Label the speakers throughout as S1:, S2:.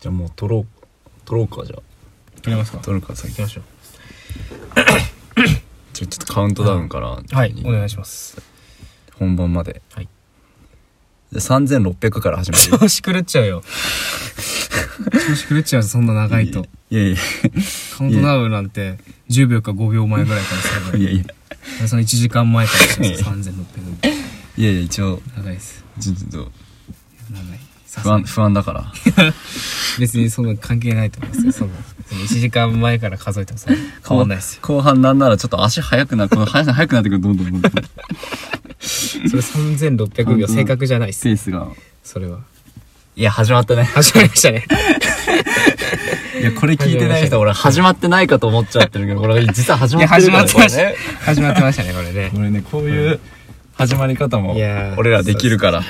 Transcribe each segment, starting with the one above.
S1: じゃあもう撮ろう撮ろうかじゃあ
S2: 撮りますか
S1: 撮るか先
S2: 行きましょ
S1: じゃあちょっとカウントダウンから、
S2: うはいお願いします
S1: 本番まで、
S2: はい
S1: で3600から始める
S2: 調子狂っちゃうよ調子狂っちゃうよそんな長いと
S1: いやいや
S2: カウントダウンなんて10秒か5秒前ぐらいからすればい
S1: い
S2: い
S1: やいや
S2: その1時間前からします
S1: いや
S2: 3600
S1: いやいや一応
S2: 長いです
S1: ちょっと
S2: 長いさす
S1: 不
S2: が
S1: 安
S2: に
S1: 不安だから
S2: 別にその関係ないと思います よそのその1時間前から数えてもそんな 変わんないですよ
S1: 後半なんならちょっと足速くなこの速くなってくるどんどんどんどん
S2: それ3600秒正確じゃないっす
S1: ペースが
S2: それはい
S1: や始まったね
S2: 始まりましたね
S1: いやこれ聞いてない人俺始まってないかと思っちゃってるけどこれ実は始
S2: い
S1: ま
S2: や
S1: って
S2: 始
S1: るから
S2: まって
S1: これ
S2: ました
S1: ね
S2: 始まってましたねこれね
S1: これねこういう始まり方も
S2: いやー
S1: 俺らできるから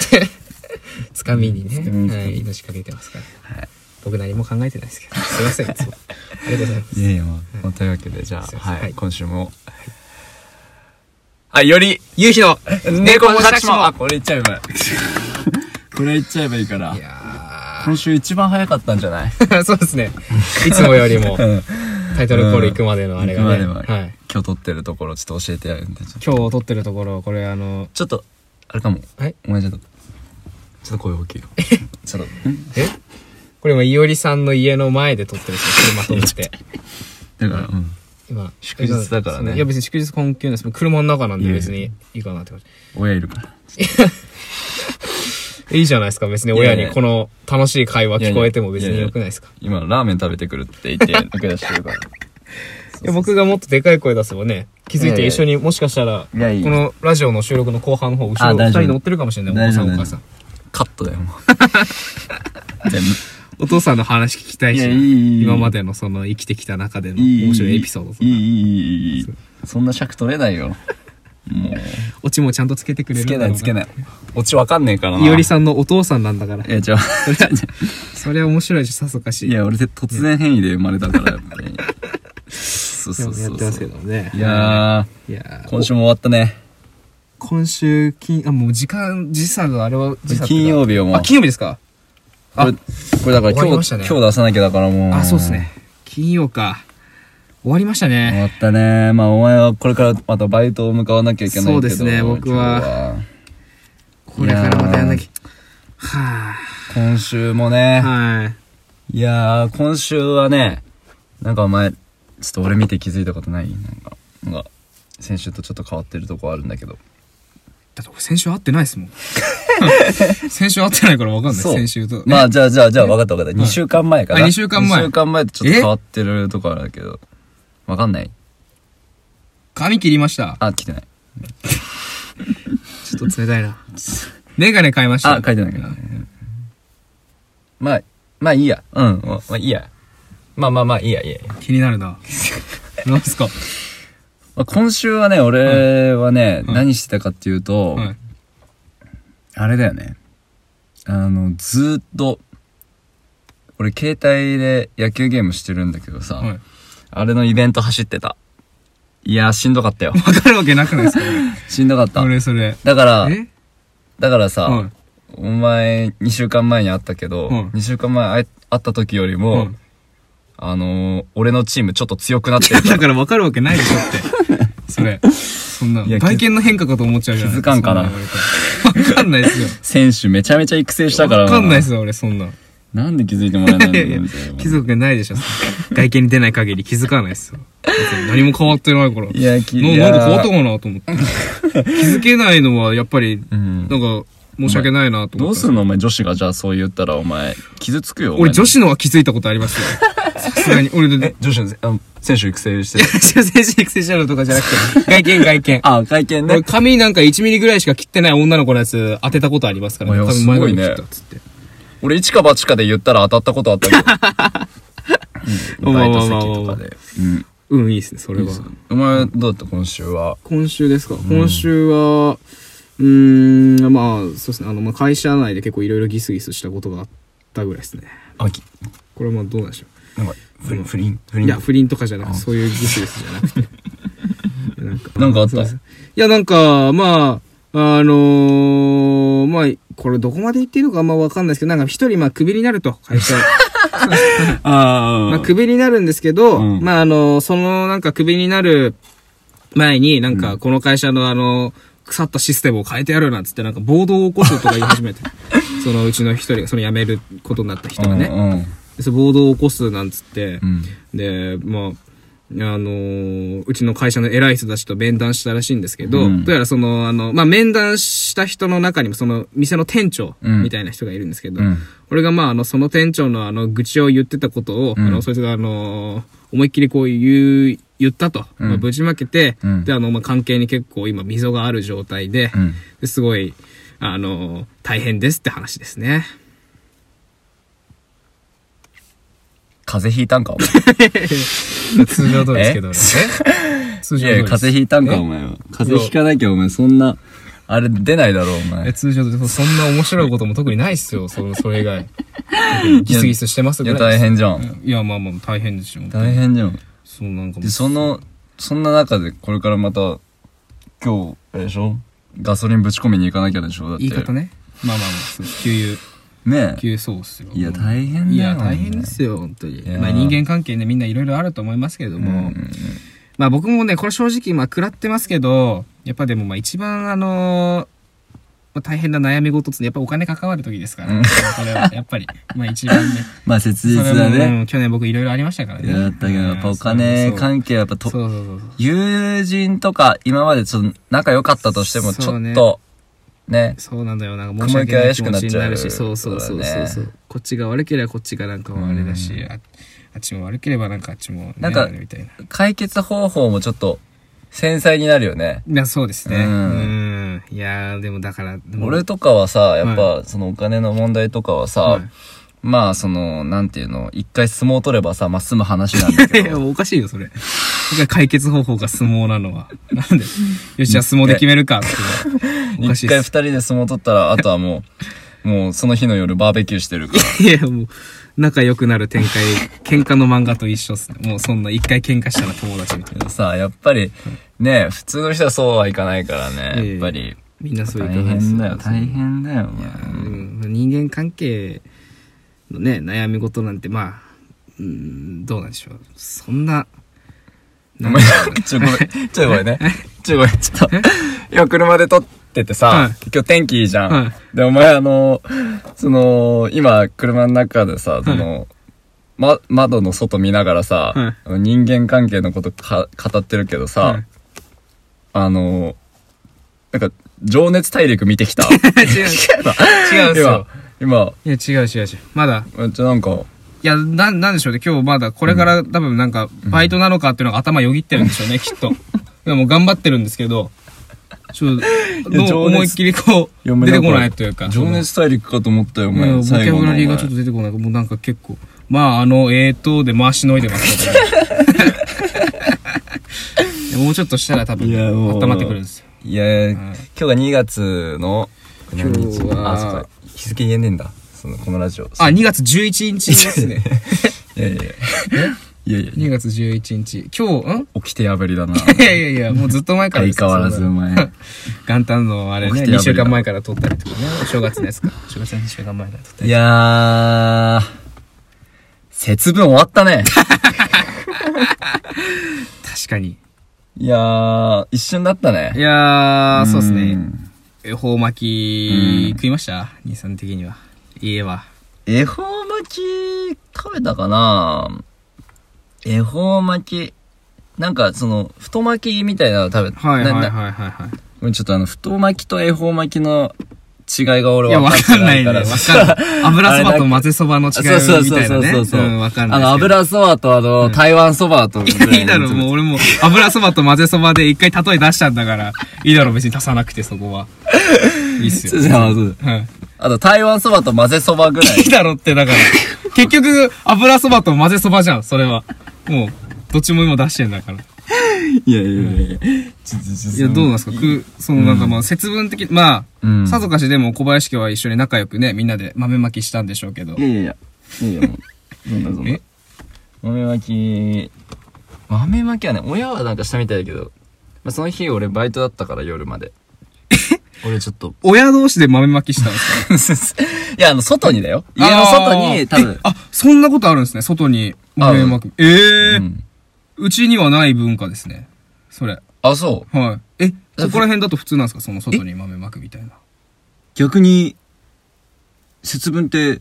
S2: つかみにね、
S1: つかみに
S2: はい、命かけてますから、僕何も考えてない ですけどすいませんいつもありがとうございます
S1: いやいやまあまあというわけでじゃ
S2: すい
S1: あ
S2: ません
S1: は
S2: はい
S1: い今週もあより
S2: ゆうひの
S1: 猫も
S2: も
S1: シャチ
S2: しし
S1: も
S2: も
S1: あこれ言っちゃえばい いこれ言っちゃえばいいから
S2: いや
S1: 今週一番早かったんじゃない
S2: ー そうですねいつもよりも
S1: ん
S2: タイトルコール行くまでのあれがね、
S1: 今では
S2: はい、
S1: 今日撮ってるところちょっと教えてやるんでちょっと
S2: 今日撮ってるところこれあの
S1: ちょっとあれかも
S2: はい
S1: お前ちょっとちょっと声大きいよちょっとん
S2: えこれ今いおりさんの家の前で撮ってるんですよ車止 めて
S1: だからうん
S2: 今
S1: 祝日だからね
S2: そのいや別に祝日困窮なんです車の中なん
S1: い
S2: で
S1: やいや
S2: 別にいいかなって感じ
S1: 親いるから
S2: いいじゃないですか別に親
S1: いやい
S2: に
S1: や
S2: この楽しい会話聞こえても別に良くないですか
S1: 今ラーメン食べてくるって言 って抜け出してるから
S2: いや僕がもっとでかい声出せばね気づいて一緒にもしかしたらこ
S1: いやいや
S2: のラジオの収録の後半の方後
S1: あ
S2: ろ二
S1: 大丈夫
S2: 人乗ってるかもしれないお
S1: 大
S2: 父
S1: 丈夫
S2: さんお母さん
S1: カットだよも う全部
S2: お父さんの話聞きたいし
S1: いやいいいいいい
S2: 今までのその生きてきた中での
S1: いい
S2: 面白いエピソードとか
S1: いいいいいいいいそんな尺取れないよもう
S2: オチもちゃんとつけてくれる
S1: つけないつけないいオチわかんねえからない
S2: おりさんのお父さんなんだから
S1: いやじゃあ
S2: それは面白いしさぞかし
S1: いや俺突然変異で生まれたからやっぱりそう
S2: で
S1: そう
S2: もや
S1: そ
S2: っ
S1: う
S2: て
S1: そ
S2: ますけ
S1: う
S2: どもね
S1: いや
S2: いや
S1: ー
S2: ー
S1: 今週も終わったね
S2: お今週金あもう時間時差があれは時差っていうか
S1: 金曜日よもう
S2: あ金曜日ですか
S1: これ
S2: あ
S1: これだから
S2: 終わり
S1: 今
S2: まし
S1: 日
S2: たね
S1: 今日出さなきゃだからもう
S2: あそうですね金曜か終わりましたね
S1: 終わったねまあお前はこれからまたバイトを向かわなきゃいけないけど
S2: そうですね僕は
S1: 今日
S2: これからまたやんなきゃ。は
S1: 今週も
S2: あ、
S1: ね、
S2: はい。
S1: い、やー今週はねなんかお前ちょっと俺見て気づいたことないなんかなんか先週とちょっと変わってるとこあるんだけど
S2: だって先週会ってないですも ん。先週会ってないからわかんない。
S1: そう
S2: 先週と。
S1: まあじゃあじゃあじゃあ分かった分かった2週間前かな
S2: あ二週間前
S1: 2週間前とちょっと変わってるとこあるんだけど分かんない
S2: 髪切りました。
S1: あ来てない
S2: ちょっと冷たいな。メガネ買いました。
S1: あ書いてないけどまあまあいいやうんまあいいやまあまあまあいいやいいや
S2: 気になる な。なんすかは
S1: まあ、今週はね、俺はね、何してたかっていうと、
S2: い。
S1: あれだよね。あの、ずーっと、俺携帯で野球ゲームしてるんだけどさ、
S2: はい。わ
S1: あれのイベント走ってた。いやー、しんどか ったよ。
S2: かるわけなくないですか
S1: しんどかった
S2: そ。れそれ。
S1: だから、
S2: え
S1: だからさ、
S2: はい。
S1: お前2週間前に会ったけど、
S2: はい
S1: 2週間前会え会った時よりも、
S2: うん
S1: あのー俺のチームちょっと強くな ってるから
S2: だからわかるわけないでしょ って。それ。そんな、
S1: いや
S2: 外見の変化かと思っちゃうじゃない
S1: 気づかんかな
S2: そんなのわかんないですよ。
S1: 選手めちゃめちゃ育成したから
S2: わかんないですよ、俺、そんな。
S1: なんで気づいてもらえないんだろうみたいな
S2: 気づくないでしょ。外見に出ない限り気づかないっすよ。別に何も変わってないから。
S1: いや、き
S2: ななんで変わったかなと思って。気づけないのはやっぱり、
S1: うん
S2: なんか申し訳ないなと思って。
S1: どうすんのお前女子がじゃあそう言ったらお前、傷つくよ。お前
S2: 俺女子のは気づいたことあ りますよ。さすがに。俺で、
S1: え、女子のあの選手育成してる。
S2: 女性育成しろとかじゃなくて、外見外見。
S1: あ、会見
S2: 俺。髪なんか1ミリぐらいしか切ってない女の子のやつ当てたことありますから
S1: いや
S2: 髪
S1: すごいね
S2: 前髪切ったっつって。
S1: 俺、一か八かで言ったら当たったことあったけ ど。うん
S2: ま
S1: バ
S2: あ
S1: イ
S2: ま
S1: ト
S2: あまあ
S1: 先とかで。うん。
S2: うん、いいですね、それは。
S1: お前、どうだった今週は。
S2: 今週ですか、今週は、うーん、まあ、そうですね。あの、まあ、会社内で結構いろいろギスギスしたことがあったぐらいですね。
S1: あ、き、
S2: これはまあ、どうなんでしょ
S1: なんか、不倫、不倫、不
S2: う。
S1: 倫。
S2: いや、不倫とかじゃなくて、そういうギスギスじゃなくて。いやなんか
S1: なんかあった
S2: そうですいや、なんか、まあ、あのー、まあ、これどこまで言っていいのかあんまわかんないですけど、なんか一人、まあ、クビになると、会社。
S1: あ
S2: まあ、クビになるんですけど、
S1: うん
S2: まあ、あの、その、なんか、クビになる前に、なんか、この会社の、あの、腐ったシステムを変えてやるなんつって、なんか、暴動を起こすとか言い 始めて、そのうちの一人が、その辞めることになった人がね、
S1: ね。
S2: でその暴動を起こすなんつって
S1: う、ん。
S2: で、まあ、あのーうちの会社の偉い人たちと面談したらしいんですけど、
S1: うん
S2: どうやらその、あの、まあ、面談した人の中にも、その、店の店長
S1: うん
S2: みたいな人がいるんですけど、
S1: うん。
S2: 俺がまあ、あの、その店長のあの、愚痴を言ってたことを、
S1: うん
S2: あの、そいつがあの、思いっきりこう言う、言ったと。
S1: うん
S2: まあ、ぶちまけて、
S1: うん
S2: で、あの、まあ、関係に結構今、溝がある状態で、
S1: うん。
S2: ですごい、あの、大変ですって話ですね。
S1: 風邪ひいたんか お前。
S2: 通常通
S1: りですけど
S2: ね。通
S1: いやいや風邪ひいたんかお前は。風邪ひかなきゃお前そんな、あれ出ないだろお前。
S2: 通常通り、そんな面白いことも特にないっすよ、それ、それ以 外。
S1: ギスギ
S2: スしてます
S1: いや大。変じゃん。
S2: いや、まあまあ、大変ですよ。
S1: 大変じゃん。
S2: そう、なんか
S1: で、その、そんな中でこれからまた、今日、あれでしょガソリンぶち込みに行かなきゃでしょだって。
S2: 言い方ね。まあまあまあ、そう給油。
S1: ねえ。
S2: 急そうっすよ
S1: いや、大変だよ。
S2: いや大変ですよ本当に
S1: いやー
S2: まあ人間関係ねみんないろいろあると思いますけれど
S1: お前。
S2: も、まあ僕もねこれ正直まあ食らってますけどやっぱでもまあ一番あのーまあ大変な悩み事っつってやっぱお金関わる時ですから、
S1: うん
S2: これはやっぱりまあ一番ね
S1: まあ、切 実
S2: それ
S1: だ
S2: も、
S1: ね。
S2: うん去年僕いろいろありましたから
S1: い
S2: ね
S1: やだったけど、やっぱお
S2: う
S1: 金
S2: んそう
S1: 関係はやっぱ
S2: そ
S1: と、
S2: うそうそうそうそう
S1: 友人とか、今までちょっと仲良かったとしても、ち
S2: そ
S1: ょ
S2: うね
S1: っと、ね。
S2: そうなんだよなんか申し訳ない気持ちになるし
S1: 雲
S2: そ
S1: 行
S2: う
S1: き
S2: そ
S1: 怪しく
S2: うそう
S1: なっちゃう
S2: そうそう、こっちが悪ければこっちがなんかあれだし、
S1: うん
S2: ああっちも悪ければなんかあっちも、ね、
S1: なんか
S2: あれみたいな
S1: 解決方法もちょっと、繊細になるよね。
S2: いや、そうですね。う
S1: うん
S2: ん。いやー、でもだから、でも
S1: 俺とかはさ、やっ
S2: は
S1: ぱ、そのお金の問題とかは
S2: は
S1: さ、まあ、その、なんていうの、一回相撲取ればさ、まあ、済む話なんだ
S2: い、
S1: け
S2: いや
S1: ど。
S2: おかしいよ、それ。だから解決方法が相撲なの は。なんで、よし、じゃあ相撲で決めるか、っていうのはおかしい
S1: 一
S2: で
S1: 回二
S2: す。
S1: 人で相撲取ったら、あとはもう、もうその日の夜バーベキューしてるから。
S2: いや、もう、仲良くなる展開、喧嘩の漫画と一緒っすね。もうそんな、一回喧嘩したら友達みたい
S1: け
S2: な。
S1: どさ、やっぱり、ね、普通の人はそうはいかないから
S2: ええ
S1: ね、やっぱり。
S2: みんなそういう
S1: 大
S2: 感じです
S1: 変だよ、大
S2: い
S1: 変だよ、お
S2: や
S1: 前
S2: ーうん人間関係のね、悩み事なんて、まあ、うん、どうなんでしょう。そんな、
S1: お前、 ちょ、ごめん、ちょ、ごめん ね。ちょ、ごめん、ちょっと。今、車で撮ってて
S2: は
S1: さ
S2: い、
S1: 今日天気いいじゃ
S2: は
S1: ん。で、お前、あの、その、今、車の中でさ、その、ま、窓の外見ながらさ
S2: はい、
S1: あの人間関係のことか語ってるけど
S2: は
S1: さ
S2: い、
S1: あの、なんか、情熱大陸見てき た。
S2: 違う、 違うんですよ
S1: 今。、今、
S2: いや、違う違う違う。まだ、
S1: めっちゃなんか、
S2: いや、な、なんでしょうね。今日まだ、これから多分なんか、バイトなのかっていうのが頭よぎってるんでし ょうね、きっと。でも頑張ってるんですけど、ちょっと、
S1: いや情
S2: の
S1: 熱
S2: 思いっきりこ
S1: 読
S2: う、
S1: め
S2: 出
S1: な
S2: て
S1: い
S2: こないというか。
S1: 情熱大陸かと思ったよ、お
S2: そのいや
S1: 前。
S2: ボキ
S1: 最
S2: ャ
S1: 後
S2: ブ
S1: のお
S2: ラリ
S1: 前
S2: ーがちょっと出てこない。もうなんか結構、まあ、あの、えーと、で回しのいでますけど ねいやもうちょっとしたら多分、
S1: いやもう
S2: 温まってくるんですよ。
S1: いや、
S2: はい
S1: 今日が2月の
S2: 今日は
S1: あそうか日付言えねえんだそのこのラジオ
S2: あ、2月11日です ね。
S1: いやいやいやいやいや
S2: 2月11日。今日、ん
S1: 起きてやぶりだな
S2: いやいやいや、もうずっと前から
S1: 相
S2: です
S1: 変
S2: よ
S1: わらずお 前
S2: 元旦のあれね、
S1: 起きて破り
S2: 2
S1: だ
S2: 週間前から撮ったりとかね、お正月のやつか。 お正月の2週間前から撮った
S1: いやー節分終わったね
S2: り。確かに。
S1: いやー一瞬だった
S2: い
S1: ね
S2: やー、そうですね。
S1: ん
S2: 恵方巻き、食いました兄さん的には。家は。
S1: 恵方巻き食べたかな恵方巻きなんかその太巻きみたいなの食べた、
S2: はいはいはい
S1: な
S2: はいは
S1: もうちょっとあの、太巻きと恵方巻きの違いが
S2: い。
S1: 俺
S2: いや、
S1: は
S2: わかんない
S1: か
S2: ね。わ
S1: ら
S2: かんない。油そばと混ぜそばの違い
S1: そうそう
S2: み
S1: そ
S2: た
S1: う
S2: いな
S1: そう
S2: ね。
S1: そうそう。
S2: うん、わかんない。
S1: あの、。油そばとあの、台湾そばと。
S2: いや、いいだろ、もう俺もう、油そばと混ぜそばで一回例え出したんだから、いいだろ、別に足さなくてそこは。いいっす
S1: そ
S2: よ。
S1: うそうそう
S2: うん。
S1: あと、台湾そばと混ぜそば ぐらい
S2: い。いだろって、だから。結局、油そばと混ぜそばじゃん、それは。もう、どっちも今出してんだから。
S1: いやいやいや。い
S2: いや、どうなんですかく、そのなんかまあ、節分的、ま
S1: うん
S2: あ、さぞかしでも小林家は一緒に仲良くね、みんなで豆まきしたんでしょうけど
S1: い。やいやいや。いいよ、もう。そんなそんな
S2: え。。
S1: 豆まき、豆まきはね、親はなんかしたみたいだけど、まあ、その日俺バイトだったから夜まで。俺ちょっと
S2: 親同士で豆まきしたんですか
S1: いや、あの、外にだよ。家の外に、多
S2: え
S1: 分。
S2: あ、そんなことあるんですね。外に豆まき。ええ
S1: う
S2: ー
S1: ん。
S2: うちにはない文化ですね。それ。
S1: あ、そう。
S2: はい。え、そこら辺だと普通なんですかその外に豆まくみたいな。
S1: 逆に、節分って、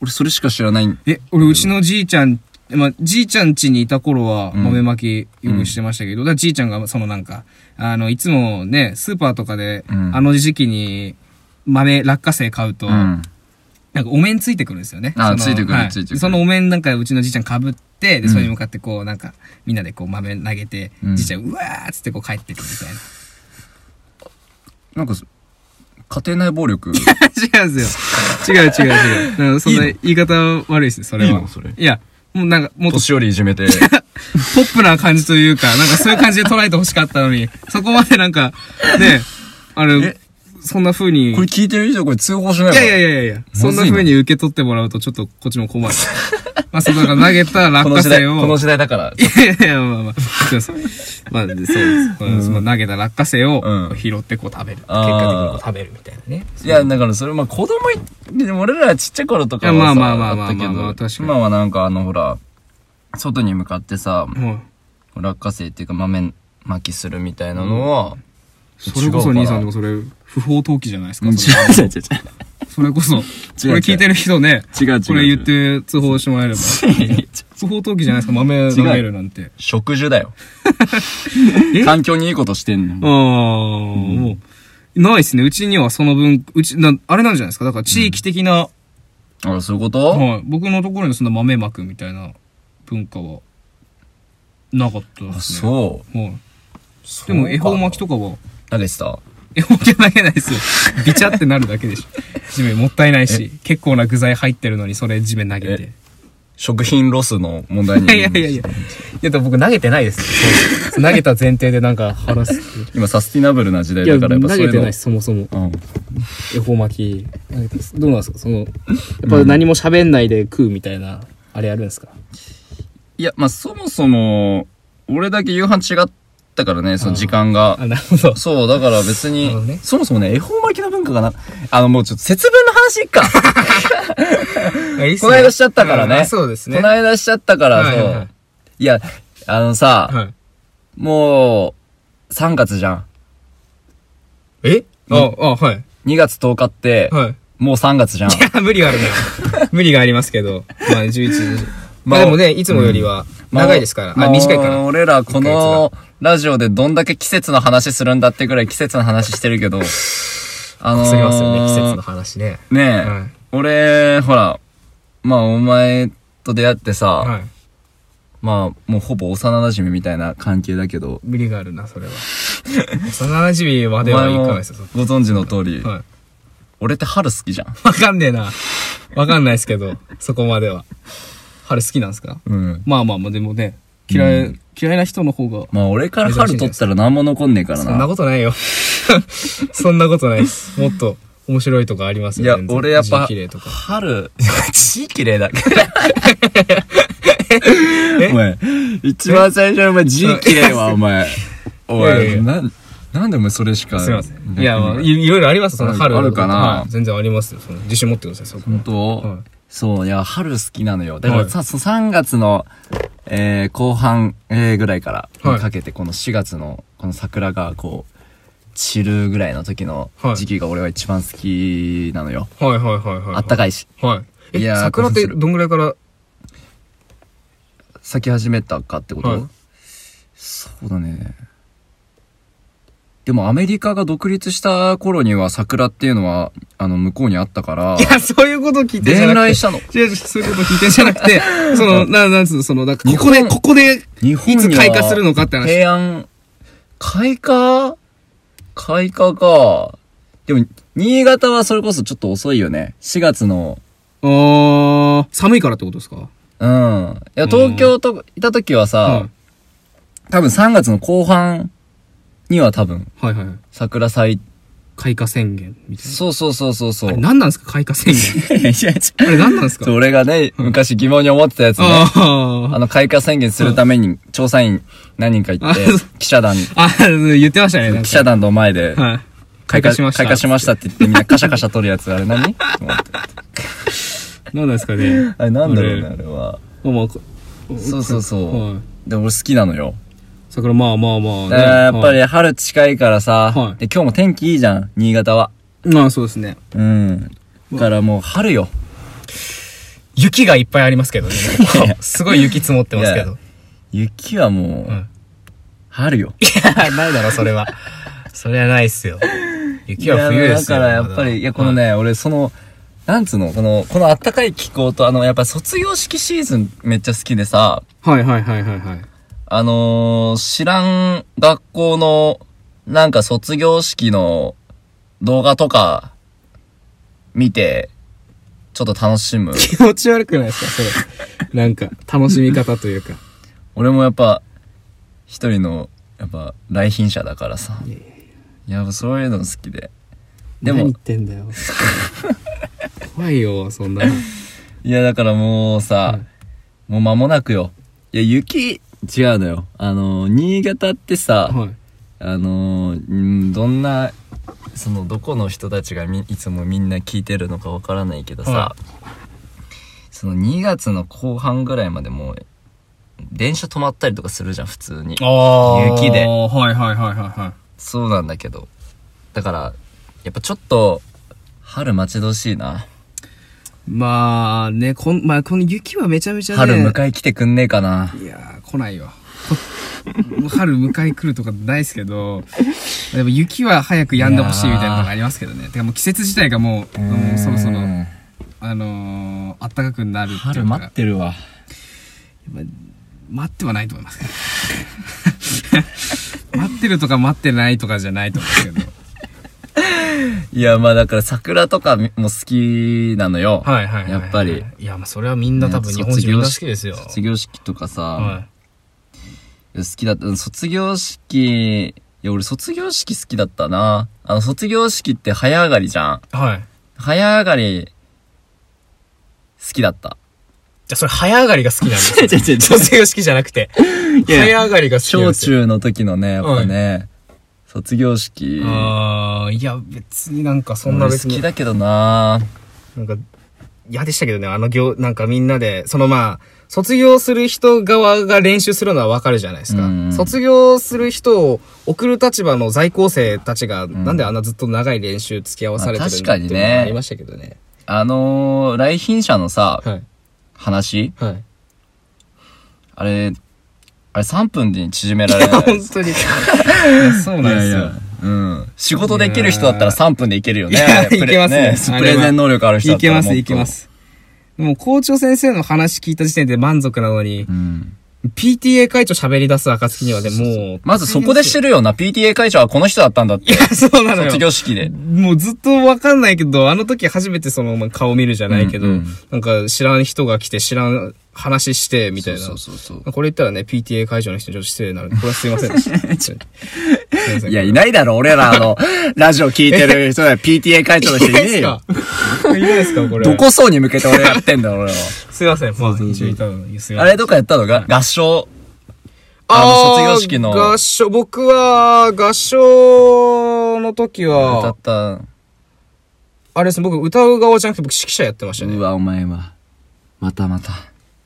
S1: 俺それしか知らない。
S2: え、俺、うちのじいちゃん、まあ、じいちゃん家にいた頃は、
S1: うん
S2: 豆まきよくしてましたけど、だからじいちゃんが、そのなんか、あの、いつもね、スーパーとかで、
S1: うん
S2: あの時期に、豆、落花生買うと、
S1: うん。
S2: なんかお面ついてくるんですよね。
S1: あ
S2: その
S1: ついてくる
S2: はい
S1: ついてくる
S2: そのお面なんかうちのじいちゃんかぶって、
S1: う
S2: で、
S1: ん
S2: それに向かってこう、なんか、みんなでこう豆投げて、
S1: うん
S2: じいちゃん、うわーっつってこう帰ってくるみたい
S1: な
S2: な。
S1: んか、家庭内暴 力。
S2: 違うんですよ。違う違う違う。なんかそんない
S1: い
S2: 言い方悪いですね、それは。
S1: いいのそれ
S2: いや、もうなんか、もっと
S1: 年寄りいじめ て。
S2: ポップな感じというか、なんかそういう感じで捉えてほしかったの に、そこまでなんか、ね、あれ
S1: え、
S2: そんな風に、い
S1: これ聞いてる以上これ通報しないわ
S2: やいやいやいやいや、そんな風に受け取ってもらうとちょっとこっち も困る。まあ、そのなんか投げた
S1: こ
S2: 落
S1: の
S2: 花
S1: 時代、
S2: 生
S1: この
S2: を、
S1: 時代だから。
S2: いやいやいや、まあまあ、すいません。まあ、そうです。まあその投げた落花生
S1: う
S2: を
S1: ん
S2: 拾ってこう食べる。結
S1: あー
S2: 果的にこう食べるみたいなね。
S1: いや、だからそれ、まあ子供い、でも俺らちっちゃい頃とかはさ、
S2: いやまあまあまあま
S1: っ
S2: あ
S1: たけど
S2: まあまあ確かに
S1: 今はなんかあの、ほら、外に向かってさ、
S2: はい。
S1: 落花生っていうか豆まきするみたいなのは、
S2: それこそ
S1: 違うかな
S2: 兄さんでもそれ、不法投棄じゃないです
S1: 違
S2: か。それ
S1: う違う違う
S2: それこそ、こ
S1: 違う
S2: れ聞いてる人ね、
S1: 違う違う。
S2: これ言って通報してもらえれば。 不法投棄じゃないですか、豆投げるなんて。
S1: 植樹だよ
S2: え。
S1: 環境にいいことしてん
S2: あ
S1: の。
S2: あ、もう、ないですね。うちにはその分、うち、なあれなんじゃないですか。だから地域的な、
S1: あら、そういうこと、
S2: はい、僕のところにそんな豆まくみたいな文化は、なかったで
S1: あ
S2: すね。
S1: そう。
S2: はい。でも、恵方巻き
S1: と。
S2: とかは、
S1: 投げてた
S2: 恵方巻きは投げないですよ。ビチャってなるだけでしょ。地面もったいないし、結構な具材入ってるのに、それ地面投げて。
S1: 食品ロスの問題
S2: い
S1: に。
S2: や いやいやいや。いや、でも僕投げてないです。そう投げた前提でなんか話すっていう。
S1: 今サスティナブルな時代
S2: いや、
S1: だからや
S2: 投
S1: っぱそういうの。
S2: げてないです、そもそも。
S1: うん。
S2: 恵方巻き投げてますどうなんですかそのやっぱ何も喋んないで食うみたいな、あれやるんですか
S1: いや、まあ、そもそも、俺だけ夕飯違ったからね、その時間が。
S2: あなるほど
S1: そう、だから別に
S2: なるほどね、
S1: そもそもね、恵方巻きの文化がな、あの、もうちょっと節分の話いっか。この間しちゃったからね。
S2: そうですね
S1: この間しちゃったから、
S2: はいはいは
S1: そ。
S2: いう
S1: いや、あのさ、
S2: はい
S1: もう、3月じゃん。
S2: えああはい
S1: 2月10日って、
S2: はい
S1: もう3月じゃん。
S2: いや無理があるね 無理がありますけどまあ11時
S1: ま
S2: ま
S1: あ
S2: あでもねいつもよりは
S1: まあ
S2: 長いですから
S1: ま
S2: あ
S1: あ
S2: 短いから
S1: 俺らこ
S2: 1
S1: のラジオでどんだけ季節の話するんだってぐらい季節の話してるけど、あのー、
S2: すぎますよね季節の話ね
S1: ねえ、
S2: はい
S1: 俺、ほら、まあお前と出会ってさ、
S2: はい
S1: まあもうほぼ幼馴染みたいな関係だけど、
S2: 無理があるなそ れは幼馴染ま
S1: お
S2: で
S1: 前
S2: はい
S1: もご
S2: かないですよ
S1: 存知の通り、
S2: はい
S1: 俺って春好きじゃん。
S2: わかんねえなわかんないですけどそこまでは春好きなんですか
S1: うん。
S2: まあまあまあ、でもね、嫌い、
S1: うん
S2: 嫌いな人の方が。
S1: まあ俺から春取ったら何も残んねえから
S2: そんな
S1: な。
S2: ことないよ。 そんなことないです。もっと面白いとかあります
S1: い
S2: よ。
S1: や
S2: 全、然
S1: 俺やっぱ、
S2: 字綺麗とか。
S1: 春、 字綺麗だけど。
S2: え
S1: お前、一番最初にお前字綺麗は、 お前。お
S2: いやい
S1: い、
S2: や
S1: なん、なんでお前それしか。
S2: すいません。いや、まあ、いいろいろありますよその春
S1: あるかな
S2: はい全然ありますよ。その自信持ってください、そこ。
S1: 本当、
S2: はい
S1: そう、いや、春好きなのよ。だから
S2: はい
S1: さ、その3月の、えー、後半、えー、ぐらいから、
S2: はい
S1: にかけて、この4月の、この桜が、こう、散るぐらいの時の
S2: はい
S1: 時期が俺は一番好きなのよ。
S2: はいはいはいはい。
S1: あった
S2: か
S1: かいし。
S2: い。はい。え、
S1: いやー
S2: 桜っ
S1: 興奮
S2: て
S1: する
S2: どんぐらいから、
S1: 咲き始めたかってこと、
S2: はい
S1: そうだね。でもアメリカが独立した頃には桜っていうのは、あの、向こうにあったから
S2: い、や、そういうこと聞いてじゃ
S1: 伝
S2: な
S1: 来
S2: く
S1: したの。
S2: て。違う違う、そういうこと聞いてじゃなくて、その、な、なんつうの、その、なんか、こ
S1: 日
S2: こ
S1: 本
S2: で、ここで、
S1: 日
S2: い
S1: 本
S2: つ
S1: には
S2: 開花するのかって話。
S1: 平安、開花開花か。でも、新潟はそれこそちょっと遅いよね。4月の、
S2: あー、寒いからってことですか
S1: うん。いや、東京と、いた時はさ、
S2: はい
S1: 多分3月の後半には多分、
S2: はいはい。
S1: 桜咲い、
S2: 開花宣言みたいな。
S1: そうそうそうそうそう。
S2: あれ何なんです か開花宣 言。
S1: いやいや違う
S2: あれ何なんです
S1: そう
S2: か
S1: 俺がね、昔疑問に思ってたやつね。あ
S2: あ
S1: の、開花宣言するために、調査員何人か行って
S2: あそ、
S1: 記者団、
S2: あ。あ、言ってましたね。なんか
S1: 記者団の前で、
S2: はい。開花しました
S1: 開花しましたって言ってみんなカシャカシャ取るやつ、あれ 何と思って
S2: なんですかね。
S1: あれなんだろうね、あれは。
S2: あれ。まあこ
S1: そうそうそう。
S2: はい。
S1: でも俺好きなのよ。
S2: それからまあまあまあ、
S1: え
S2: ね。
S1: ーやっぱり
S2: は
S1: 春近いからさ、
S2: はい
S1: で今日も天気いいじゃん、新潟は。
S2: い。まあそうですね。
S1: うん。だからもう春よ。
S3: 雪がいっぱいありますけどね。 すごい雪積もってますけど。
S1: 雪はもう、
S3: うん
S1: 春よ。
S3: ないだろ、それは。それはないっすよ。雪は冬ですよ。
S1: いやだからやっぱり、いや、このね、俺その、なんつうの、この、この暖かい気候と、あの、やっぱ卒業式シーズンめっちゃ好きでさ、
S2: はいはいはいはいはい。
S1: あのー知らん学校の、なんか卒業式の動画とか、見て、ちょっと楽しむ。
S2: 気持ち悪くないですか、それ。なんか、楽しみ方というか。
S1: 俺もやっぱ、一人の、やっぱ、来賓者だからさ。やっぱそういうの好きで。 で
S2: 何
S1: も
S2: 言っ、てんだよ。怖いよ、そんなの。
S1: いやだからもうさ、もう間もなくよ。いや、雪、違うのよ。あのー、新潟ってさ、
S2: はい。
S1: あのーうんどんなそのどこの人たちがみいつもみんな聞いてるのかわからないけどさ、
S3: は
S1: その2月の後半ぐらいまでもう電車止まったりとかするじゃん普通に
S3: あー
S1: 雪で
S2: はいはいはいはいは
S1: そうなんだけどだからやっぱちょっと春待ち遠しいな、
S2: い。まあね、こん、まあこの雪はめちゃめちゃね。
S1: 春迎え来てくんねえかない
S2: やー、来ないよ。もう 春迎え来るとかないですけど、でも雪は早く止んでほしいみたいなのがありますけどね。てかもう季節自体がもう、もうそろそろ
S1: う、ん
S2: あのー、暖かくなるってい
S1: 春
S2: うか。
S1: 待ってるわ
S2: 待ってはないと思いますけど 待ってるとか待ってないとかじゃないと思うんですけど。
S1: いやまあだから桜とかも好きなのよ、
S3: はいはいはいはい。
S1: やっぱり。
S3: いや、まあそれはみんな多分日本人みんな好きですよ。
S1: 卒業式とかさ、
S3: はい
S1: 好きだった。卒業式、いや、俺卒業式好きだったな。あの、卒業式って早上がりじゃん。
S3: はい。
S1: 早上がり、好き だった。。
S3: じゃあそれ早上がりが好きなんです よ
S1: 違う違う
S3: 卒業式じゃなくて。早上がりが好きなん
S1: 小
S3: ですよ。
S1: 中の時のね、やっぱね、卒業式、
S3: あーいや、別になんかそんな
S1: 俺
S3: 別
S1: 好き
S3: に。
S1: だけどな
S3: なんか、嫌でしたけどね、あの行、なんかみんなで、そのまあ、卒業する人側が練習するのはわかるじゃないですか。
S1: うん
S3: 卒業する人を送る立場の在校生たちが、
S1: ん
S3: なんであんなずっと長い練習付き合わされてるんだ
S1: まあ確か
S3: っ
S1: にね
S3: ていうのがありましたけどね。
S1: あのー、来賓者のさ、
S3: はい。
S1: 話
S3: はい。
S1: あれ、あれ3分で縮められない。
S3: 本当に。
S2: そうなんですよ。
S1: うん。仕事できる人だったら3分でいけるよね。
S2: いや
S1: あれプレ
S2: いけますね
S1: プレゼン能力ある人だ
S2: い
S1: った
S2: け
S1: らも
S2: ま
S1: っと
S2: す、いけま。す。でも校長先生の話聞いた時点で満足なのに
S1: う、ん。
S3: PTA 会長喋り出す暁にはね、もう、
S1: まずそこで知るよな。PTA 会長はこの人だったんだって。
S2: そうなのよ
S1: 卒。業式で。
S2: もうずっと
S3: わかんないけど、あの時初めてその、まあ、顔見るじゃないけど、
S1: うんうん
S3: なんか知らん人が来て知らん話して、みたいな。
S1: そうそうそうそ
S3: これ言ったらね、PTA 会場の人にちょっと失礼なので、これはすいませんでした。すいませ
S1: う。
S3: ん
S1: いや、いないだろ、俺らあ の、ラジオ聞いてる人だ PTA 会長の人いねえよ。
S3: いないですかこれ。
S1: どこそうに向けて俺やってんだ、俺らは。
S3: すいません。まあ、一応いたのにすいま
S1: あ
S3: せん。
S1: れとかやったのが合唱。
S3: あー
S1: あの卒業式の
S3: 合唱、僕は、合唱の時
S1: 歌
S3: は
S1: っ、た。
S3: あれです僕歌う側じゃなくて僕指揮者やってましたね。
S1: う
S3: い
S1: わ、お前は。またまた。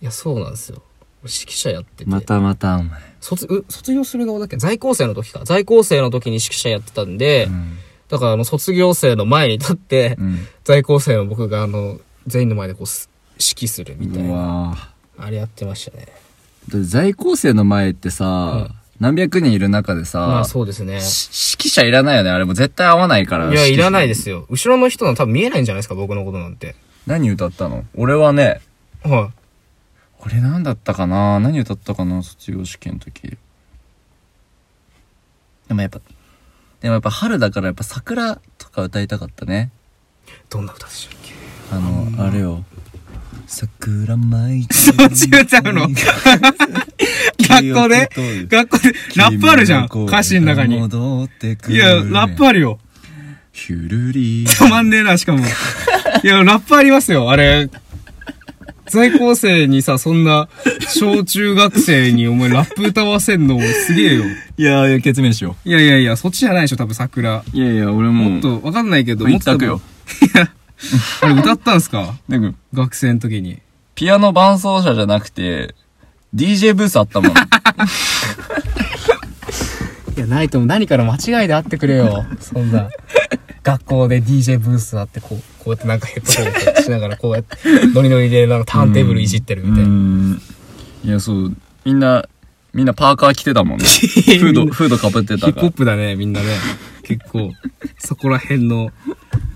S3: や、そうなんですよ。俺指揮者やってて。
S1: またまた、お前。
S3: 卒、う卒業する側だっけ在校生の時か。在校生の時に指揮者やってたんで、
S1: うん。
S3: だからあの卒業生の前に立って、
S1: うん。
S3: 在校生の僕があの、全員の前でこうす、指揮するみたいうな。
S1: わ
S3: あれやってましたね。
S1: だって在校生の前ってさ、何百人いる中でさ、
S3: まあそうですね。
S1: し指揮者いらないよね。あれもう絶対合わないから。
S3: いや、
S1: 指揮
S3: い
S1: 者
S3: らないですよ。後ろの人の多分見えないんじゃないですか、僕のことなんて。
S1: 何歌ったの俺はね、
S3: は
S1: 俺何だったかな何歌ったかな卒業試験の時でもやっぱでもやっぱ春だからやっぱ桜とか歌いたかったね
S3: い。どんな歌でしたっけ
S1: あのあれよ桜舞い
S2: そっち歌 うの学 校で学校で、ラップあるじゃん歌詞の中に。
S1: 戻ってくる
S2: いや、ラップあるよ。
S1: ひゅるり
S2: 止まんねえな、しかも。いや、ラップありますよ、あれ。
S4: 在校生にさ、そんな、小中学生にお前ラップ歌わせんのすげえよ。
S1: いやー、決明しよ
S4: いやいやいや、そっちじゃないでしょ、多分桜。
S1: う。いやいや、俺もう
S4: もっと、わかんないけど、
S1: 一
S4: もっと多
S1: 択
S4: 分
S1: よ。。
S4: いや、あれ歌ったんすか
S1: なんか、
S4: 学生の時に。
S1: ピアノ伴奏者じゃなくて、DJ ブースあ ったもん。
S2: いや、ないとも何から間違いであってくれよ。そんな。学校で DJ ブースあって、こう、こうやってなんかヘッドホンこうしながら、こうやって、ノリノリでなんかターンテーブルいじってるみたいな。
S1: ん。いや、そう、みんな、みんなパーカー着てた もんね。フード、フードかぶって
S4: ヒッ
S1: た
S4: プ
S1: か
S4: ホ
S1: ら
S4: ッ。プだね、みんなね。結構、そこら辺の、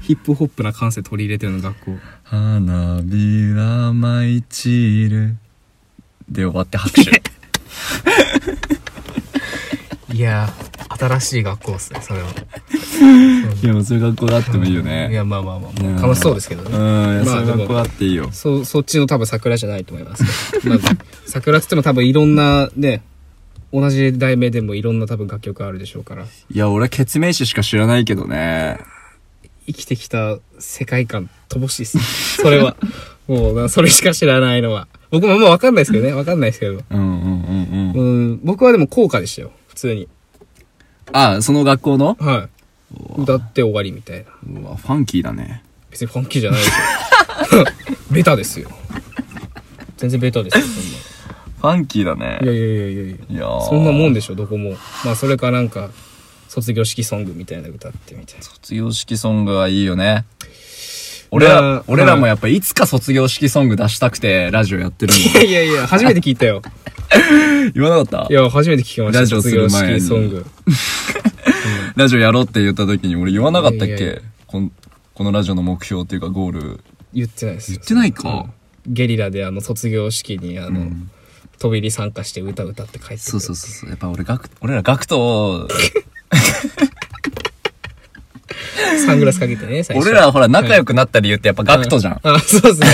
S4: ヒップホップな感性取り入れてるの、学校。
S1: 花びら舞い散る。で終わって 拍手。
S2: いやー、新しい学校っすね、それは。
S1: いや、もうそういう学校があってもいいよ
S2: い
S1: ね。
S2: や、まあまあま
S1: いや
S2: あ、楽しそうですけど
S1: うん、
S2: ね。
S1: いや
S2: ま
S1: そ
S2: あ
S1: ういう学校があっていいよ。
S2: そ、そっちの多分桜じゃないと思いますけど。
S4: まあ、桜っつっても多分いろんなね、
S2: 同じ題名でもいろんな多分楽曲あるでしょうから。
S1: いや、俺、ケツメイシしか知らないけどね。
S2: 生きてきた世界観乏しいっすね。それは。もうな、それしか知らないのは。僕ももうわかんないですけどね。わかんないですけど。
S1: うんうんうんうん。
S2: うん、僕はでも効果でしたよ。普通に。
S1: あ、その学校の
S2: はい。歌って終わりみたいな。
S1: うわ、ファンキーだね。
S2: 別にファンキーじゃないですよ。 ベタですよ。全然ベタですよ、そ
S1: ファンキーだね
S2: んな。いやいやいやいやい
S1: いや
S2: や。そんなもん
S1: で。
S2: でしょ、どこも。まあ、それかなんか、卒業式ソングみたいな歌ってみたいな。
S1: 卒業式ソングはいいよね。俺ら、
S2: まあ
S1: 俺らもやっぱいつか卒業式ソング出したくてラジオやってる
S2: いやいやいや、初めて聞いたよ。
S1: の。 言わなかった
S2: いや、初めて聞きまし
S1: ラ
S2: た、
S1: ジオす
S2: 卒
S1: る
S2: 業
S1: 前に
S2: 式ソング。
S1: ラジオやろうって言った時に俺言わなかったっ
S2: いやいやい
S1: けこんこのラジオの目標っていうかゴール。
S2: 言ってないですよ。
S1: 言ってないか。
S2: ゲリラであの、卒業式にあ
S1: う
S2: の、
S1: ん
S2: 飛び入り参加して歌歌って帰ってくる。
S1: そうそうそうそう。やっぱ俺ガク、俺らガク ト、
S2: サングラスかけてね、最初。
S1: 俺らほら仲良くなった理由ってやっぱガクトじゃん。
S2: あ、そうですね。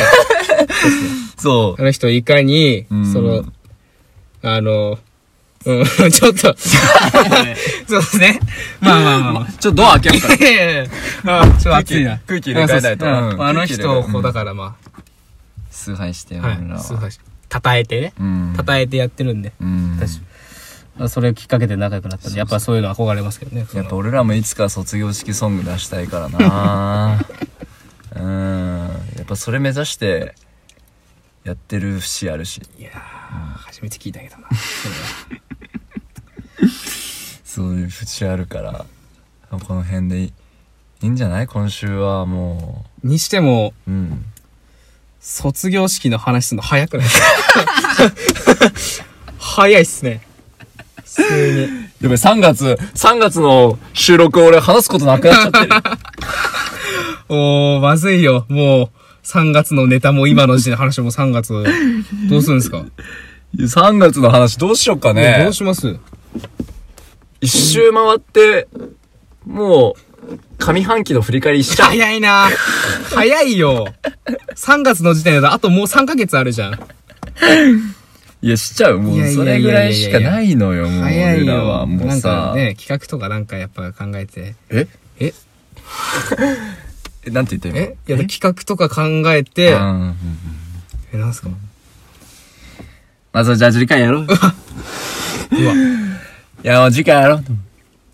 S1: そ
S2: あの人いかに、
S1: うん
S2: その、あの、うん、 ちょっと、そうですね。
S4: まあまあまあ まあ
S1: う。。ちょっとドア開けようか
S2: いやいやあちょっと暑いな。
S1: 空気入れ替えないと
S2: あそうそう
S1: うん
S2: あの
S1: 空
S2: 人を
S1: 気入れ替え
S2: こうだからま
S1: 崇拝して
S2: あ、
S1: よ、
S2: は
S1: 俺ら
S2: い、
S1: は
S2: すごい。叩えてね。
S1: うん。
S2: 叩えてやってるんで。
S1: うん。
S2: それをきっかけで仲良くなったんで、やっぱそういうの憧れますけどね。
S1: やっぱ俺らもいつか卒業式ソング出したいからな うん。やっぱそれ目指して、やってる節あるし。
S2: いやー初めて聞いたけどな。
S1: そういう節あるから、この辺でいいいいんじゃない今週はも
S4: にしても、
S1: う。うん。
S4: 卒業式の話すんの早くない
S2: 早いっすね。普通に。
S1: やべ、3月、3月の収録俺話すことなくなっちゃってる。
S2: おー、まずいよ。もう、3月のネタも今の時点の話も3月。どうするんですか、
S1: 3月の話どうしよっか
S2: いや
S1: ね
S2: どう。します
S1: 一周回って、もう、上半期の振り返りしちゃう。
S2: 早いな早いよ。3月の時点だと、あともう3ヶ月あるじゃん。
S1: いや、しちゃう。も、
S2: いうやいや
S1: それぐらいしかないのよ、もう。
S2: 早い
S1: 俺ら
S2: よ。
S1: はもう
S2: なん
S1: さ
S2: か。ね、企画とかなんかやっぱ考えて。
S1: え
S2: え
S1: え、なんて言った
S2: え
S1: よ。
S2: いや、企画とか考えて、
S1: うんうんうん
S2: え、なんすか
S1: まずはじゃあ次回 やろう。
S2: うわ、
S1: いや、もう次回やろう。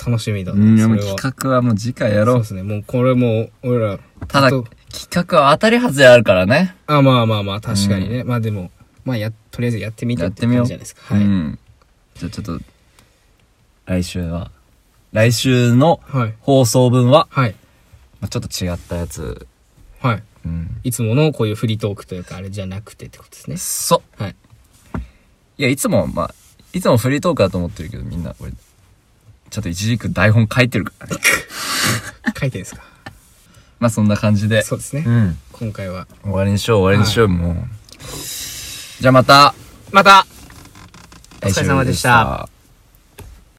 S2: 楽しみだ
S1: う
S2: な。
S1: ん、いや
S2: そ
S1: もう
S2: れは。
S1: 企画はもう次回や
S2: そ
S1: ろ
S2: う
S1: う
S2: で。すね。もうこれもう、俺ら、
S1: ただ、
S2: ちょっ
S1: 企
S2: と
S1: 画は当たり外れあるからね。
S2: あ、まあまあまあ、確かにね。まあでも、まあや、とりあえずやってみた
S1: や
S2: っ
S1: っててみ
S2: い
S1: よ。。
S2: いうじゃないですか。はいう
S1: ん。じゃあちょっと、来週は、来週の
S2: はい。
S1: 放送分は、
S2: はい。
S1: まあちょっと違ったやつ。
S2: はい。
S1: うん。
S2: いつものこういうフリートークというか、あれじゃなくてってことですね。
S1: そ
S2: はい。
S1: いや、いつも、まあ、いつもフリートークだと思ってるけど、みんな、俺、ちょっと一軸台本書いてるからね。
S2: 書いてるんですか。
S1: まあ、そんな感じで。
S2: そうですね
S1: う。ん。
S2: 今回は。
S1: 終わりにしよう、終わりにしよう、もう。じゃあまた、
S2: また
S1: 来週
S2: お疲れ様でした。